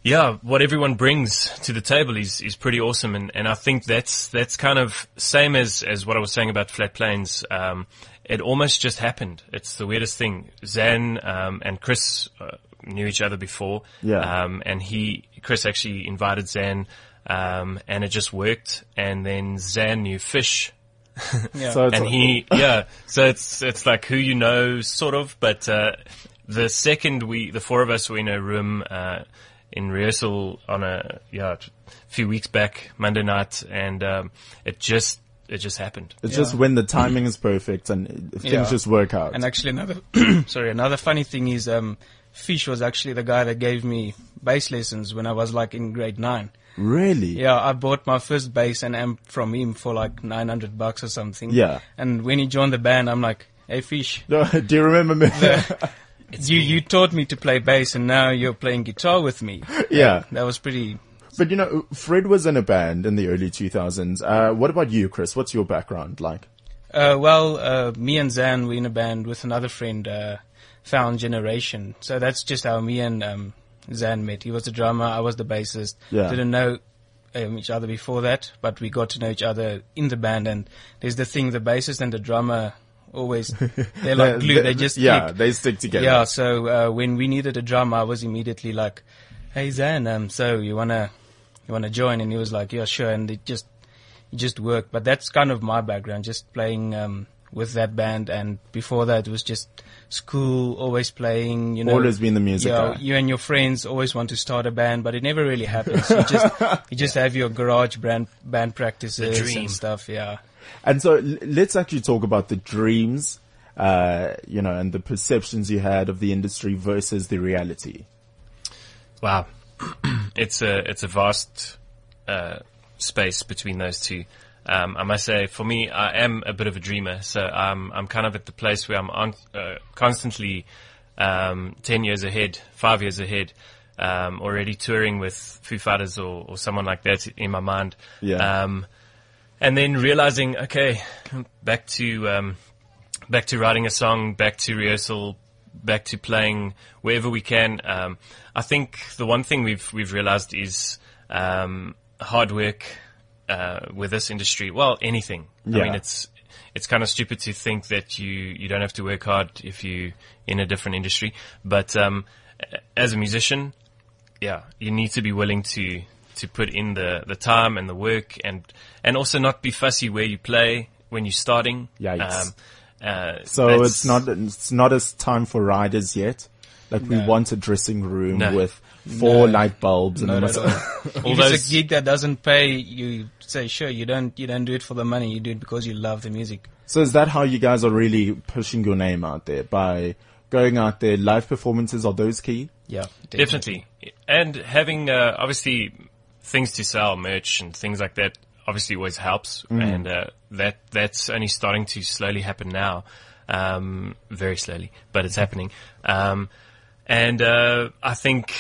F: yeah, what everyone brings to the table is is pretty awesome, and and I think that's that's kind of same as as what I was saying about Flat Plains. Um, it almost just happened. It's the weirdest thing. Zan um, and Chris uh, knew each other before,
B: Yeah.
F: um, and he Chris actually invited Zan. Um, and it just worked, and then Zan knew Fish,
G: Yeah.
B: So it's oh.
F: and
B: a-
F: he yeah so it's it's like who you know sort of but uh the second we the four of us were in a room uh in rehearsal on a yeah t- few weeks back monday night and um it just it just happened
B: It's just when the timing is perfect and things
G: Yeah.
B: just work out.
G: And actually, another sorry, another funny thing is, um, Fish was actually the guy that gave me bass lessons when I was like in grade nine.
B: really?
G: Yeah, I bought my first bass and amp from him for like nine hundred bucks or something.
B: Yeah.
G: And when he joined the band, I'm like, "Hey, Fish,
B: Do you remember me?
G: you you taught me to play bass, and now you're playing guitar with me."
B: yeah.
G: That was pretty.
B: But you know, Fred was in a band in the early 2000s. Uh, what about you, Chris? What's your background like?
G: Uh, well, uh, me and Zan were in a band with another friend, uh, Found Generation. So that's just how me and um, Zan met. He was the drummer, I was the bassist.
B: Yeah.
G: Didn't know um, each other before that, but we got to know each other in the band. And there's the thing: the bassist and the drummer always they're like glue. They, just
B: yeah,
G: click.
B: they stick together.
G: yeah. So uh, when we needed a drummer, I was immediately like, "Hey Zan, um, so you wanna you wanna join?" And he was like, "Yeah, sure." And it just it just worked. But that's kind of my background, just playing um, with that band. And before that, it was just school, always playing. You know,
B: Always been the music
G: Yeah,
B: guy.
G: you and your friends always want to start a band, but it never really happens. You just you just have your garage band band practices
F: dream.
G: and stuff. Yeah.
B: And so l- let's actually talk about the dreams, uh, you know, and the perceptions you had of the industry versus the reality.
F: Wow, it's a it's a vast uh, space between those two. Um, I must say, for me, I am a bit of a dreamer, so I'm I'm kind of at the place where I'm on, uh, constantly um, ten years ahead, five years ahead, um, already touring with Foo Fighters or, or someone like that in my mind.
B: Yeah.
F: Um, and then realizing, okay, back to um, back to writing a song, back to rehearsal, back to playing wherever we can. Um, I think the one thing we've we've realized is um, hard work uh, with this industry. Well, anything.
B: Yeah.
F: I mean, it's it's kind of stupid to think that you you don't have to work hard if you in a different industry. But um, a- as a musician, yeah, you need to be willing to to put in the the time and the work and and also not be fussy where you play when you're starting.
B: Yikes.
F: uh,
B: So
F: that's-
B: it's not, it's not as time for riders yet. Like we want a dressing room
F: No.
B: with four light bulbs and a
G: Not at
B: mas-
F: uh,
G: all.
F: All
G: uh, if it's
F: those-
G: a gig that doesn't pay, you say sure. You don't you don't do it for the money. You do it because you love the music.
B: So is that how you guys are really pushing your name out there by going out there? Live performances are those key?
G: Yeah,
F: definitely. And having uh, obviously things to sell, merch and things like that, obviously always helps. And uh, that that's only starting to slowly happen now, um, very slowly, but it's happening. Um, and uh, I think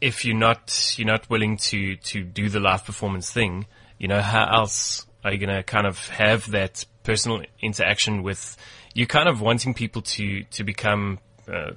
F: if you're not you're not willing to to do the live performance thing, you know how else are you going to kind of have that personal interaction with? You're kind of wanting people to to become. Uh,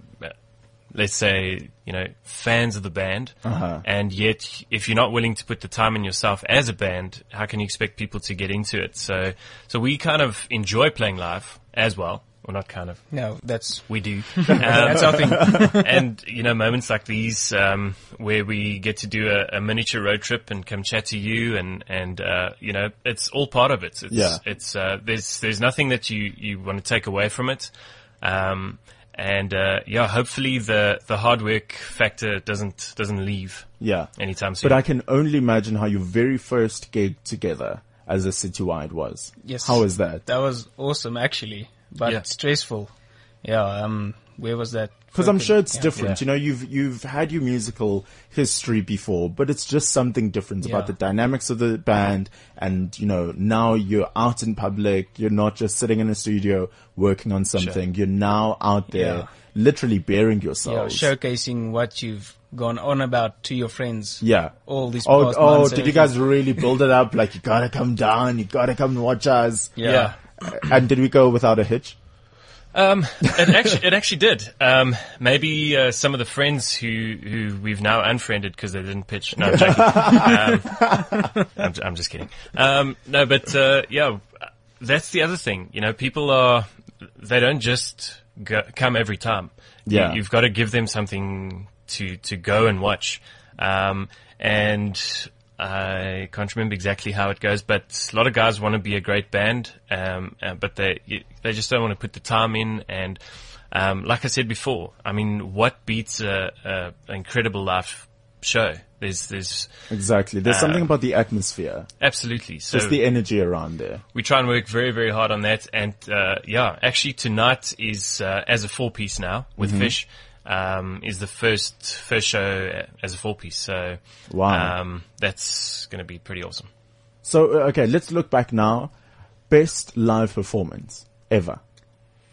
F: let's say, you know, fans of the band. And yet, if you're not willing to put the time in yourself as a band, how can you expect people to get into it? So, so we kind of enjoy playing live as well. Well, not kind of.
G: No, that's
F: We do. Um, That's our thing. and, you know, moments like these, um, where we get to do a, a miniature road trip and come chat to you and, and, uh, you know, it's all part of it. It's,
B: Yeah.
F: it's, uh, there's, there's nothing that you, you want to take away from it. Um, and, uh, yeah, hopefully the, the hard work factor doesn't, doesn't leave
B: Yeah.
F: anytime soon.
B: But I can only imagine how your very first gig together as a citywide was.
G: Yes.
B: How is that?
G: that was awesome actually, but
F: Yeah.
G: stressful. Yeah. Um. Where was that?
B: Because I'm sure it's
G: Yeah.
B: different. You know, you've you've had your musical history before, but it's just something different about
G: Yeah.
B: the dynamics of the band. And you know, now you're out in public. You're not just sitting in a studio working on something. You're now out there,
G: Yeah.
B: literally bearing
G: Yeah,
B: yourselves.
G: showcasing what you've gone on about to your friends.
B: Yeah.
G: All these
B: Oh,
G: past
B: oh
G: months and
B: did you
G: everything.
B: guys really build it up? Like, you gotta come down, you gotta come and watch us.
G: Yeah.
F: Yeah.
B: And did we go without a hitch?
F: Um, it actually it actually did. Um, maybe uh, some of the friends who who we've now unfriended because they didn't pitch. No, I'm joking. um, I'm, j- I'm just kidding. Um, no, but uh, yeah, that's the other thing. You know, people are they don't just go, come every time. You-
B: Yeah.
F: you've got to give them something to to go and watch. Um, and I can't remember exactly how it goes, but a lot of guys want to be a great band, um, uh, but they you- they just don't want to put the time in. And um, like I said before, I mean, what beats a, a an incredible live show? There's there's
B: Exactly.
G: Uh,
B: There's something about the atmosphere.
F: absolutely so
B: Just the energy around there.
F: we try and work very, very hard on that. And uh, yeah, actually tonight is uh, as a four piece now with
B: Mm-hmm.
F: Fish um, is the first first show as a four piece. So
B: Wow.
F: um, that's going to be pretty awesome.
B: So, uh, okay, let's look back now. Best live performance ever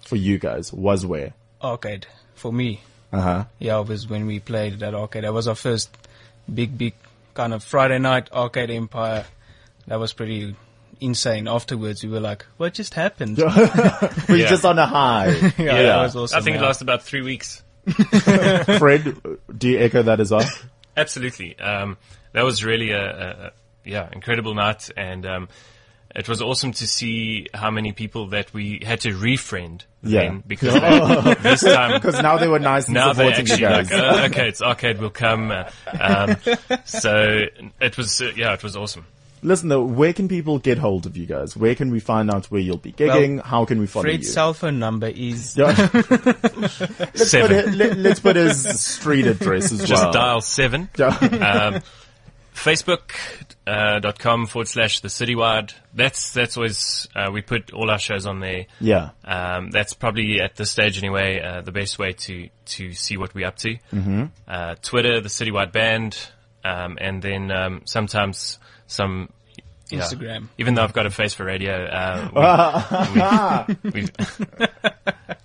B: for you guys was where?
G: Arcade Oh, for me.
B: Uh huh.
G: Yeah, it was when we played at arcade. That was our first big, big kind of Friday night arcade empire. That was pretty insane. Afterwards, we were like, "What just happened?" Yeah,
B: We're
F: Yeah.
B: just on a high.
G: that was awesome.
F: I think
G: yeah.
F: it lasted about three weeks.
B: Fred, do you echo that as well?
F: Absolutely. Um, that was really a, a, a yeah incredible night, and um, it was awesome to see how many people that we had to refriend.
B: Yeah.
F: then, because they- this time
B: Because now they were nice and
F: now they
B: supporting you
F: actually
B: guys.
F: like uh, okay, it's arcade. We'll come. Uh, um, so it was uh, yeah, it was awesome.
B: Listen though, where can people get hold of you guys? Where can we find out where you'll be gigging? How can we follow
G: Fred's
B: you?
G: cell phone number is
B: Yeah. But,
F: Seven.
B: uh, let, let's put his street address as
F: Just
B: well.
F: dial seven.
B: Yeah.
F: Um, Facebook.com uh, .com forward slash the citywide. That's that's always uh, we put all our shows on there.
B: yeah.
F: Um, that's probably at this stage anyway uh, the best way to to see what we're up to. Mm-hmm. Uh, Twitter, the Citywide Band, um, and then um, sometimes some yeah.
G: Instagram.
F: Even though I've got a face for radio, uh, we, we, we-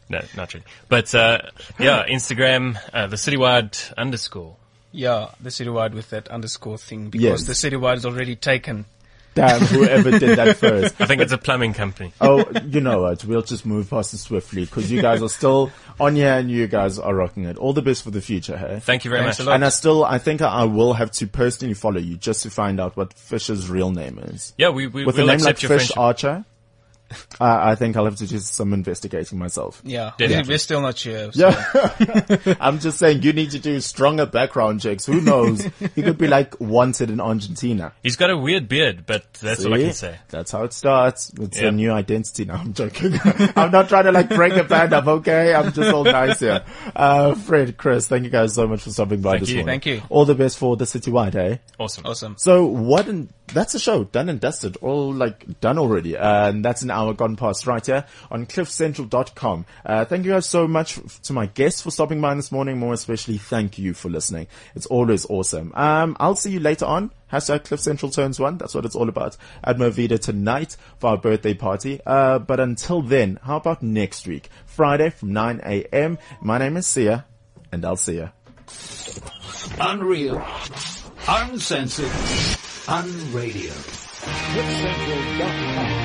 F: no, not really. But uh, yeah, Instagram, uh, the Citywide underscore.
G: yeah the citywide with that underscore thing because
B: Yes.
G: the citywide is already taken.
B: Damn, whoever did that first.
F: I think it's a plumbing company.
B: Oh, you know what? We'll just move past it swiftly because you guys are still on here and you guys are rocking it. All the best for the future, hey?
F: Thank you very
G: Thanks
F: much.
G: a lot.
B: and I still, I think I will have to personally follow you just to find out what Fisher's real name is.
F: Yeah, we, we
B: With
F: will
B: a name like
F: accept
B: Fish
F: your friendship.
B: Archer, I I think I'll have to do some investigating myself.
G: Yeah,
F: Yeah.
G: we're still not sure. So
B: Yeah. I'm just saying you need to do stronger background checks. Who knows? he could be like wanted in Argentina.
F: He's got a weird beard, but that's all I
B: See?
F: can say.
B: That's how it starts. It's
F: Yeah.
B: a new identity now. I'm joking. I'm not trying to like break a band up, okay? I'm just all nice here. Uh, Fred, Chris, thank you guys so much for stopping by
F: Thank
B: this
F: you.
B: morning.
G: Thank you.
B: All the best for the citywide, eh?
F: Awesome.
G: awesome.
B: So what? An, that's a show done and dusted, all like done already, uh, and that's an hour gone past right here on CliffCentral.com. Uh, thank you guys so much f- to my guests for stopping by this morning. More especially, thank you for listening. It's always awesome. Um, I'll see you later on. Hashtag Cliff Central turns one. That's what it's all about at Movida tonight for our birthday party. Uh, but until then, how about next week, Friday from 9 a.m. My name is Sia, and I'll see ya.
C: Unreal. Uncensored. Unradio.
H: CliffCentral.com.